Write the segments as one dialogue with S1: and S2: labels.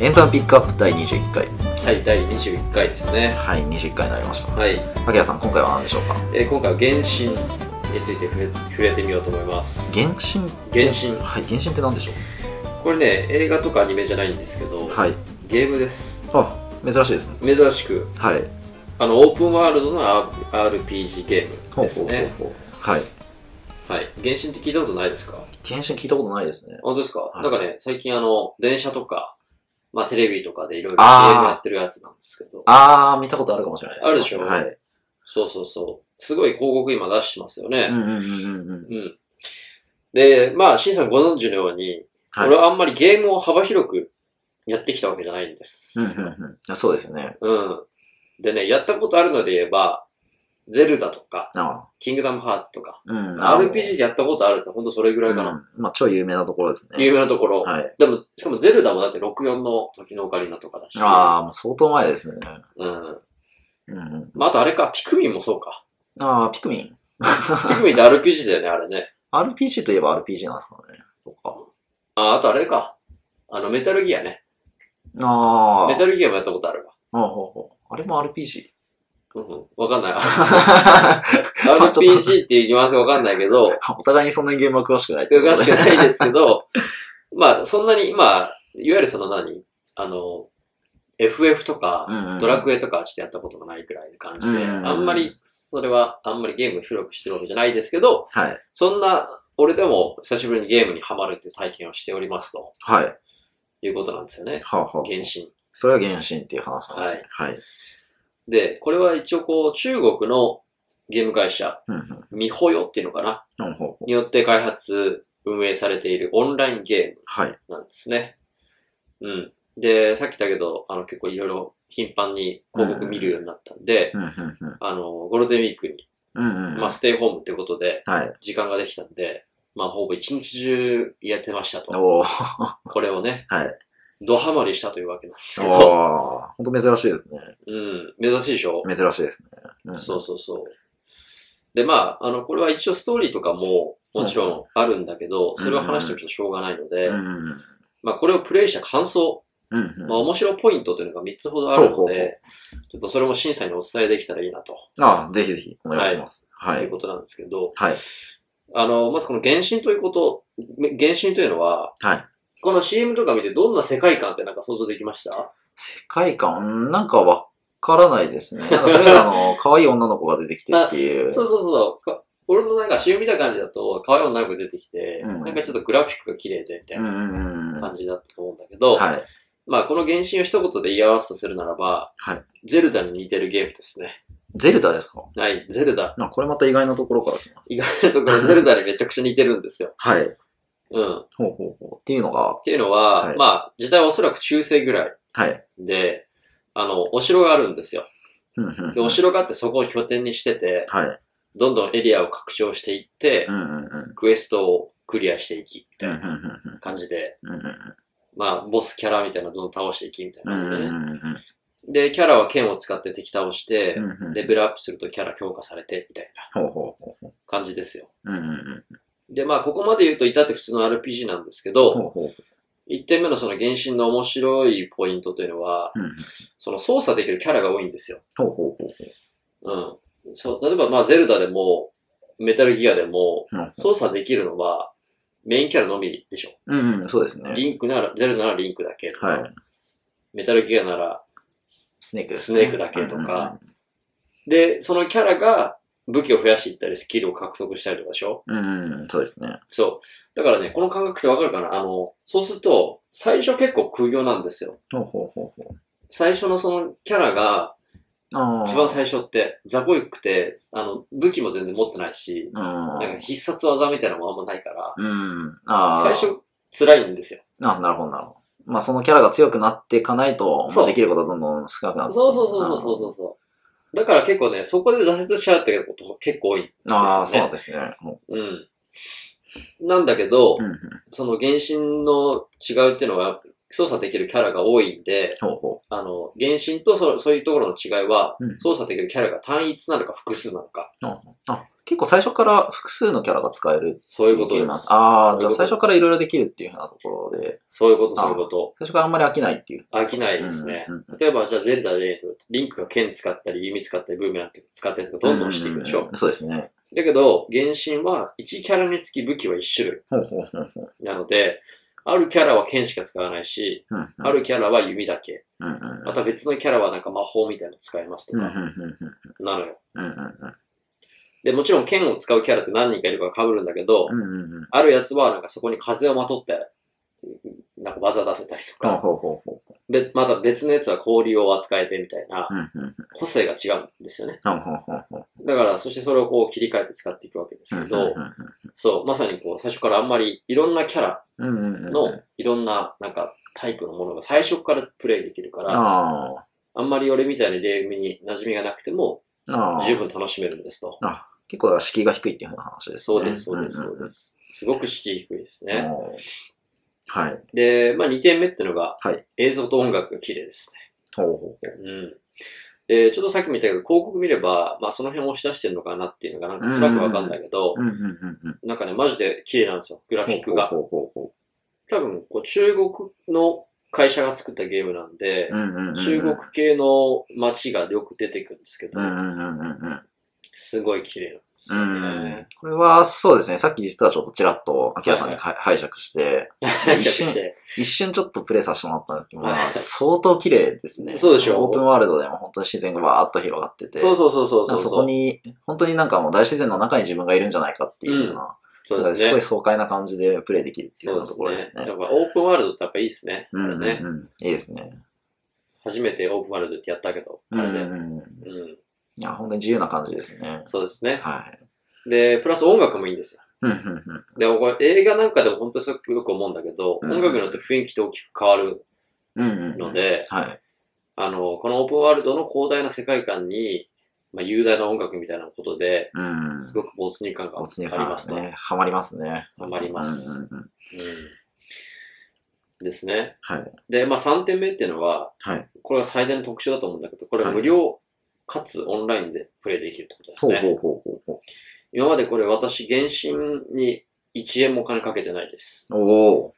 S1: エンターピックアップ第21回
S2: はい、第21回ですね。
S1: はい21回になりました
S2: はい、
S1: 明さん今回は何でしょうか
S2: えー今回は原神について触れ触れてみようと思います。
S1: 原神
S2: 原神
S1: はい原神って何でしょ
S2: これね、映画とかアニメじゃないんですけど、
S1: うはい
S2: ゲームです。
S1: あ珍しいですね
S2: 珍しく、
S1: はい
S2: あの、オープンワールドの R- RPG ゲームですね。
S1: ほうほうほうはい
S2: はい。原神って聞いたことないですか
S1: 原神聞いたことないですね
S2: 本当ですか、
S1: はい
S2: なんかね、最近あの、電車とか、まあテレビとかでいろいろゲ
S1: あー
S2: ームやってるやつなんですけど、
S1: あー見たことあるかもしれないです
S2: あるでしょ
S1: はい
S2: そうそうそう。すごい広告今出してますよ
S1: うん
S2: ね。
S1: うんうんうんうん
S2: うん。で、まあ、シンさんご存知のように、
S1: はい
S2: 俺はあんまりゲームを幅広くやってきたわけじゃないんです。
S1: うんうんうんあそうですね
S2: うんでね、やったことあるので言えば、ゼルダとか、
S1: あ
S2: キングダムハーツとか、
S1: ーうんあの
S2: RPG でやったことあるんですよ。ほんとそれぐら
S1: う
S2: いかな。
S1: んまあ超有名なところですね
S2: 有名なところ。
S1: はい
S2: でも、しかもゼルダもだって64の時のオカリナとかだし。
S1: ああもう相当前ですね
S2: うん。
S1: うんうん
S2: まあ、あとあれか、ピクミンもそうか。
S1: ああピクミン
S2: ピクミンって RPG だよね、あれね。
S1: RPG といえば RPG なんですかねそっか
S2: あ、あとあれか。あの、メタルギアね。
S1: ああ
S2: メタルギアもやったことあるわ。
S1: あほうほうあれも RPG?
S2: うんうん。わかんない。RPG っていうニュアンスがわかんないけど、
S1: お互いにそんなにゲームは詳しくないってこと
S2: 詳し
S1: で。
S2: くないですけど、まあ、そんなに、まあ、いわゆるその何あの、FF とか、ドラ
S1: エ
S2: クエとかしてやったことがないくらいの感じ
S1: うん
S2: で、
S1: うんうん
S2: あんまり、それは、あんまりゲーム広くしてるわけじゃないですけど、
S1: はい。
S2: そんな、俺でも久しぶりにゲームにハマるっていう体験をしておりますと
S1: はい。
S2: いうことなんですよね。
S1: はあ、はあ。
S2: 原神。
S1: それは原神っていう話なんですね。はい。
S2: で、これは一応こう、中国のゲーム会社、
S1: うんうん
S2: ミホヨっていうのかな
S1: うんほうほう
S2: によって開発、運営されているオンラインゲーム
S1: はい。
S2: なんですね。うん。で、さっき言ったけど、あの、結構いろいろ頻繁に広告見るようになったんで、
S1: うんうんうん
S2: あの、ゴールデンウィークに、
S1: うんうん
S2: まあ、ステイホームってことで、
S1: はい。
S2: 時間ができたんで、まあ、ほぼ一日中やってましたと。
S1: おー。
S2: これをね、
S1: はい。
S2: ドハマりしたというわけなんですけ
S1: お
S2: ど、
S1: ー。ほんと珍しいですね。
S2: うん、珍しいでしょ、
S1: 珍しいですね。うん
S2: そうそうそう。で、まあ、あの、これは一応ストーリーとかも、もちろんあるんだけど、それを話しておくとしょうがないので、
S1: うんうん
S2: まあ、これをプレイした感想
S1: うんうん
S2: まあ、面白ポイントというのが3つほどあ
S1: ほ
S2: るの
S1: うほうほ
S2: で、ちょっとそれも審査にお伝えできたらいいなと、、
S1: あぜひぜひお願いします。はい
S2: う
S1: い。
S2: ことなんですけど、
S1: はい。
S2: あの、まずこの原神ということ、め原神というのは、
S1: はい。
S2: この CM とか見てどんな世界観ってなんか想像できました
S1: 世界観、うんなんかわからないですね。なんかとりあえずあの、可愛い女の子が出てきてって いう。
S2: そうそうそうか。俺のなんか CM 見た感じだと、可愛い女の子出てきて、
S1: うん
S2: なんかちょっとグラフィックが綺麗でみたい
S1: うんう
S2: なん
S1: うんうん。は
S2: 感じだったと思うんだけど、
S1: い。
S2: まあこの原神を一言で言い表すとするならば、
S1: はい
S2: ゼルダに似てるゲームですね。
S1: ゼルダですか
S2: はい、ゼルダ。
S1: あこれまた意外なところから来た
S2: 意外なところゼルダにめちゃくちゃ似てるんですよ。
S1: はい。
S2: うん。
S1: ほうほうほう。っていうのが
S2: っ、ていうのは、
S1: はい
S2: まあ、時代はおそらく中世ぐらい
S1: はい。
S2: で、あの、お城があるんですよ。
S1: うんうんうん
S2: で、お城があってそこを拠点にしてて、
S1: はい。
S2: どんどんエリアを拡張していって
S1: う、んうんうん。うん
S2: クエストをクリアしていき、み
S1: うん
S2: たいうなん
S1: うん
S2: 感じで、
S1: うんうん
S2: まあ、ボスキャラみたいなのどんどん倒していき、みたいな
S1: うんう
S2: 感
S1: ん
S2: じでね。
S1: うん
S2: で、キャラは剣を使って敵倒して
S1: う、んうん
S2: レベルアップするとキャラ強化されて、みたいな
S1: ほうほうほう。
S2: 感じですよ。
S1: うんうんうん
S2: で、まあ、ここまで言うと至って普通の RPG なんですけど、
S1: ほうほう。
S2: 1点目のその原神の面白いポイントというのは、
S1: うんうん
S2: その操作できるキャラが多いんですよ。
S1: ほうほうほう
S2: うん。そう、例えば、まあ、ゼルダでも、メタルギアでも、
S1: うん
S2: 操作できるのは、メインキャラのみでしょ。
S1: うんうん、そうですね。
S2: リンクなら、ゼルダならリンクだけとか、
S1: はい。
S2: メタルギアなら、
S1: スネーク。
S2: スネークだけとか。で、そのキャラが武器を増やしていったり、スキルを獲得したりとかでしょ。
S1: うんうんうん。うんうん、そうですね。
S2: そう。だからね、この感覚ってわかるかなあの、そうすると、最初結構空業なんですよ。
S1: ほうほうほうほ
S2: 最初のそのキャラが、
S1: う。ああ。
S2: 一番最初って、ザコイくて、あの、武器も全然持ってないし、なんか必殺技みたいなのもあんまないから、
S1: うん。うん。ああ。
S2: 最。初辛いんですよ。
S1: あ、なるほど、なるほど。まあ、そのキャラが強くなっていかないと、
S2: そう
S1: できることはどんどん少なくなって。
S2: そうそうそうそうそうそう。だから結構ね、そこで挫折しちゃうっていうことも結構多い。
S1: ああ、
S2: です
S1: そうな
S2: よね
S1: んですね。ほ
S2: うん。なんだけど、
S1: ううんうん
S2: その原神の違うっていうのは、操作できるキャラが多いんで、
S1: ほうほ
S2: あの、原神とそそういうところの違いは、
S1: うん
S2: 操作できるキャラが単一なのか複数なのか、
S1: う。あ、結構最初から複数のキャラが使える
S2: そういうこと
S1: って
S2: で
S1: いなん
S2: す。
S1: ああ、じゃあ最
S2: そういうことです
S1: 初からいろいろできるっていうふうなところで、
S2: そういうこと、そういうこと。
S1: 最初からあんまり飽きないっていう。
S2: 飽きないですね。
S1: うんうん
S2: 例えば、じゃあゼルダで言うと、リンクが剣使ったり、弓使ったり、ブーメラン使ったりとか、どんどんしていくでし
S1: う
S2: ょ。
S1: んうんうんそうですね。
S2: だけど、原神は1キャラにつき武器は1種類
S1: ほうほうほうほう。
S2: なので、あるキャラは剣しか使わないし、
S1: うんうん
S2: あるキャラは弓だけ、
S1: うんうんうん
S2: また別のキャラはなんか魔法みたいなの使えますと
S1: うんうん
S2: か、なのよ。
S1: うんうんうん
S2: で、もちろん剣を使うキャラって何人かいるから被るんだけど、
S1: うんうんうんうん
S2: あるやつはなんかそこに風をまとって、なんか技出せたりと
S1: ほう
S2: か、
S1: ほうほうほう
S2: べまた別のやつは氷を扱えてみたいな、
S1: うんうんうん
S2: 個性が違うんですよね。
S1: ほうほうほうほう
S2: だから、そしてそれをこう切り替えて使っていくわけですけど、そう、まさにこう最初からあんまりいろんなキャラ
S1: うんうんうんうんうん
S2: のいろんななんかタイプのものが最初からプレイできるから、
S1: ああ
S2: あんまり俺みたいなゲームに馴染みがなくても
S1: ああ
S2: 十分楽しめるんですと。
S1: あ、結構だから敷居が低いっていうふうな話ですね。
S2: そうです、そうです、
S1: ん
S2: そ
S1: ん
S2: うです。すごく敷居低いですね。
S1: うんはい。
S2: で、まあ2点目っていうのが、
S1: はい
S2: 映像と音楽が綺麗です
S1: ほうほうほう。
S2: ね。うん。で、ちょっとさっきも言ったけど、広告見れば、まあその辺を押し出してるのかなっていうのがなんか暗くわかんだけど、
S1: うんうんうんうん。
S2: なんかね、マジで綺麗なんですよ、グラフィックが。
S1: ほうほうほ
S2: 多分、こう中国の会社が作ったゲームなんで
S1: うほう。、うんうんうんうん。
S2: 中国系の街がよく出てくるんですけど
S1: う、んうんうんうんうん。
S2: すごい綺麗なんです
S1: う
S2: よ
S1: ん
S2: ね。
S1: これは、そうですね。さっき実はちょっとちらっと、アキラさんにか拝借して、
S2: 解釈して。
S1: 一瞬ちょっとプレイさせてもらったんですけど、
S2: はい
S1: まあ相当綺麗ですね。
S2: そうでしょ
S1: オープンワールドでも本当に自然がわーっと広がってて。
S2: そうそうそうそ
S1: なん
S2: うそう。
S1: かそこに、本当になんかもう大自然の中に自分がいるんじゃないかっていうような、
S2: そう
S1: だから
S2: です
S1: すごい
S2: ね。
S1: 爽快な感じでプレイできるっていうよう
S2: そう
S1: なところで
S2: ですすね。
S1: ね。
S2: やっぱオープンワールドってやっぱいいですね。
S1: うんうん
S2: あれね。
S1: うん。いいですね。
S2: 初めてオープンワールドってやったけど、
S1: うん
S2: あれ
S1: う
S2: ね。
S1: んうん。
S2: うん。
S1: いや、本当に自由な感じですね。
S2: そうですね。
S1: はい。
S2: で、プラス音楽もいいんですよ。
S1: うんうんうん。
S2: で、これ映画なんかでも本当にすごく思うんだけど、
S1: うん
S2: 音楽によって雰囲気って大きく変わる
S1: うんうん。
S2: の、で、
S1: はい。
S2: あの、このオープンワールドの広大な世界観に、まあ、雄大な音楽みたいなことで、
S1: うん。
S2: すごく没入感があ
S1: 没入
S2: り
S1: 感
S2: ま
S1: ですす
S2: と。
S1: ね。ハマりますね。
S2: ハマります
S1: うんうんうん。
S2: うんですね。
S1: はい。
S2: で、まあ3点目っていうのは、
S1: はい。
S2: これが最大の特徴だと思うんだけど、これ
S1: はい
S2: 無料かつオンラインでプレイできるってことです
S1: ほう
S2: ね。
S1: ほうほうほうほう。
S2: 今までこれ私、原神に1円もお金かけてないです。
S1: おお。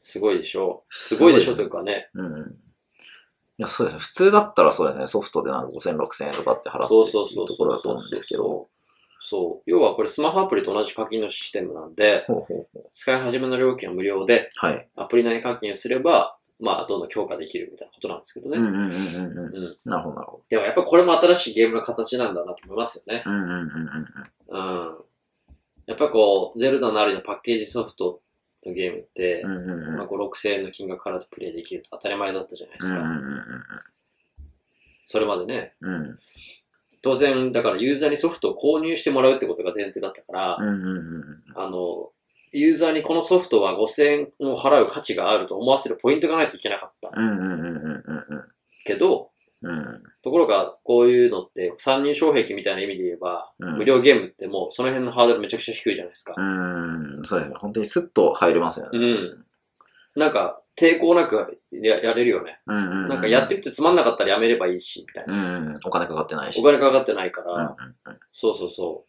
S2: すごいでしょう。すごいでしょうと
S1: す
S2: いうかね。
S1: うんうん。いや、そうですね。普通だったらそうですね。ソフトでなんか5000、6000円とかって払って
S2: そうそうそう
S1: るところだと思うんですけど。
S2: そう。要はこれスマホアプリと同じ課金のシステムなんで、
S1: ほうほうほう。
S2: 使い始めの料金は無料で、
S1: はい。
S2: アプリ内課金をすれば、まあ、どんどん強化できるみたいなことなんですけどね。
S1: うんうんうんうんうん。
S2: うん
S1: なるほど、なるほ
S2: でもやっぱこれも新しいゲームの形なんだなと思いますよね。
S1: ど。うんうんうんうん。
S2: うん。やっぱこう、ゼルダなりのパッケージソフトのゲームって、
S1: うんうんうん。
S2: まあ、5、6000円の金額からプレイできると当たり前だったじゃないで
S1: うん
S2: す
S1: う
S2: か。
S1: ん
S2: それまでね。
S1: うんうん。
S2: 当然、だからユーザーにソフトを購入してもらうってことが前提だったから、
S1: うんうんうんうん。
S2: あの、ユーザーにこのソフトは5000円を払う価値があると思わせるポイントがないといけなかった
S1: うんうんうんうんうん
S2: けど、
S1: うん。うん。
S2: ところがこういうのって参入障壁みたいな意味で言えば、
S1: うん
S2: 無料ゲームってもうその辺のハードルめちゃくちゃ低いじゃないですか。
S1: うん、そうですね。本当にスッと入れますよね。
S2: うんなんか抵抗なくややれるよね。
S1: うんうんうん。
S2: なんかやってみてつまんなかったらやめればいいし、みたいな。
S1: うんうん。お金かかってないし。
S2: お金かかってないか
S1: う
S2: ら、そうそうそ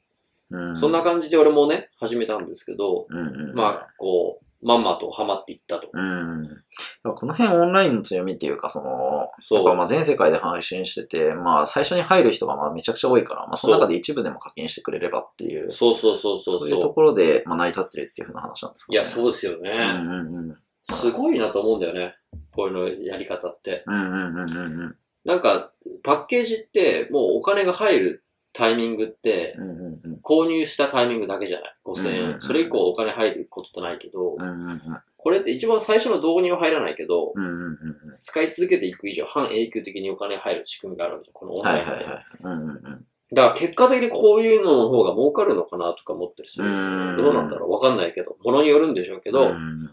S1: んう
S2: う。
S1: ん。
S2: そんな感じで俺もね、始めたんですけど、
S1: うんうん。
S2: まあ、こう、まんまとハマっていったと。
S1: うん。だからこの辺オンラインの強みっていうか、その、や
S2: そ
S1: っぱ
S2: う。
S1: まあ全世界で配信してて、まあ最初に入る人がまあめちゃくちゃ多いから、まあその中で一部でも課金してくれればっていう、
S2: そうそうそうそう。
S1: そういうところでまあ成り立ってるっていうふうな話なんですか
S2: い
S1: ね。
S2: や、そううですよね。
S1: うんうんうん。
S2: すごいなと思うんだよね。こういうのやり方って。
S1: うんうんうんうんうん。
S2: なんか、パッケージって、もうお金が入るタイミングって、
S1: うんうんうん。
S2: 購入したタイミングだけじゃない。5000
S1: う
S2: 円。
S1: ん
S2: それ以降お金入ることってないけど、
S1: うんうんうん。
S2: これって一番最初の導入は入らないけど、
S1: うんうんうん
S2: 使い続けていく以上、半永久的にお金入る仕組みがあるわけじゃんこの
S1: う
S2: オ
S1: ん。
S2: ン
S1: は
S2: ラ
S1: い
S2: インっ
S1: は
S2: て。
S1: いはい。うんうんうん。
S2: だから結果的にこういうのの方が儲かるのかなとか思ったりする。
S1: うん
S2: どうなんだろうわかんないけど、ものによるんでしょうけ
S1: け
S2: ど、
S1: うん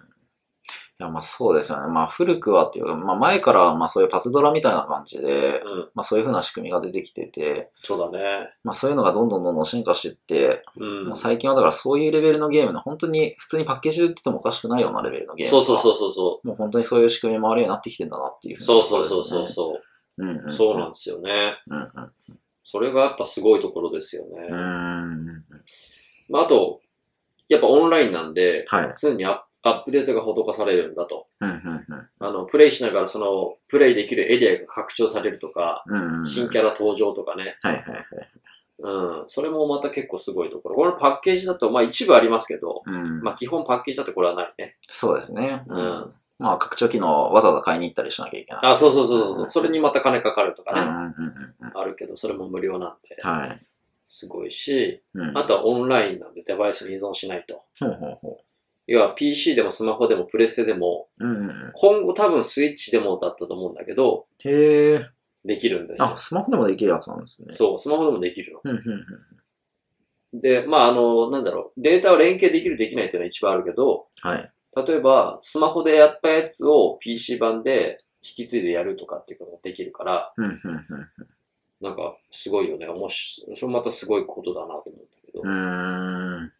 S1: や、まあそうですよね。まあ古くはっていうか、まあ前から、まあそういうパズドラみたいな感じで、
S2: うん。
S1: まあそういう風な仕組みが出てきてて、
S2: そうだね。
S1: まあそういうのがどんどんどんどん進化してって、
S2: うん
S1: もう。最近はだからそういうレベルのゲームの、本当に普通にパッケージで売っててもおかしくないようなレベルのゲーム。
S2: そうそうそうそうそ
S1: もう本当にそういう仕組みもあるようになってきてんだなっていう
S2: う。
S1: ふ
S2: そううそうそうそう
S1: う。
S2: そう。
S1: うんうん、
S2: そうなんですよね。
S1: うんうん。
S2: それがやっぱすごいところですよね。
S1: うーん。
S2: まあ、あと、やっぱオンラインなんで、
S1: はい。
S2: 常にアッアップデートが施されるんだと。
S1: うんうん
S2: あの、プレイしながらその、プレイできるエリアが拡張されるとか、
S1: うん。うんうん。
S2: 新キャラ登場とかね。
S1: はいはいはい。
S2: うん。それもまた結構すごいところ。このパッケージだと、まあ一部ありますけど、
S1: うん。
S2: まあ基本パッケージだとこれはないね。
S1: そうですね。
S2: うん。
S1: まあ拡張機能わざわざ買いに行ったりしなきゃいけない。
S2: あ、そうそうそうそう。それにまた金かかるとか
S1: うんう
S2: ね。
S1: んうんうん。
S2: あるけど、それも無料なんで、
S1: はい。
S2: すごいし、
S1: うん。
S2: あとはオンラインなんでデバイスに依存しないと。
S1: ほうほうほ
S2: 要は PC でもスマホでもプレステでも、
S1: う。うんうんうん。
S2: 今後多分スイッチでもだったと思うんだけど、
S1: へえ。
S2: できるんですよ
S1: あ、。スマホでもできるやつなんですね。
S2: そう、スマホでもできるの。
S1: うんうんうん。
S2: で、まあ、あの、なんだろう、データを連携できる、できないっていうのは一番あるけど、
S1: はい。
S2: 例えば、スマホでやったやつを PC 版で引き継いでやるとかっていうことができるから、
S1: うんうんうん。
S2: なんか、すごいよね。おもし、それまたすごいことだなと思うんだけど
S1: う。ーん。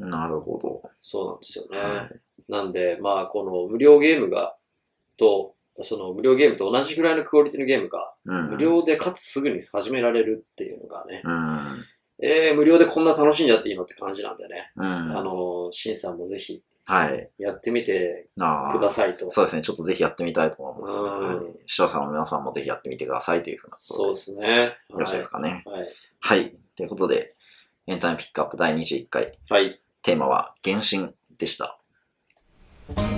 S2: うん。
S1: なるほ
S2: そうなんですよ
S1: ど。
S2: ね。
S1: は
S2: なんで、まあ、この無料ゲームが、と、その無料ゲームと同じぐらいのクオリティのゲームが、
S1: い。うん
S2: 無料でかつすぐに始められるっていうのがね、
S1: うん。
S2: えー、無料でこんな楽しんじゃっていいのって感じなんだよね。
S1: うん。
S2: あのー、シンさんもぜひ
S1: はい。
S2: やってみて
S1: な
S2: くださいと。
S1: そうですね。ちょっとぜひやってみたいと思いますね。
S2: うん
S1: はい視聴者の皆さんもぜひやってみてくださいというふうなことで。
S2: そうですね。
S1: よろしいですかね。
S2: はい。
S1: はい。ということで、エンタメピックアップ第21回、
S2: はい。
S1: テーマは、原神でした。
S3: 「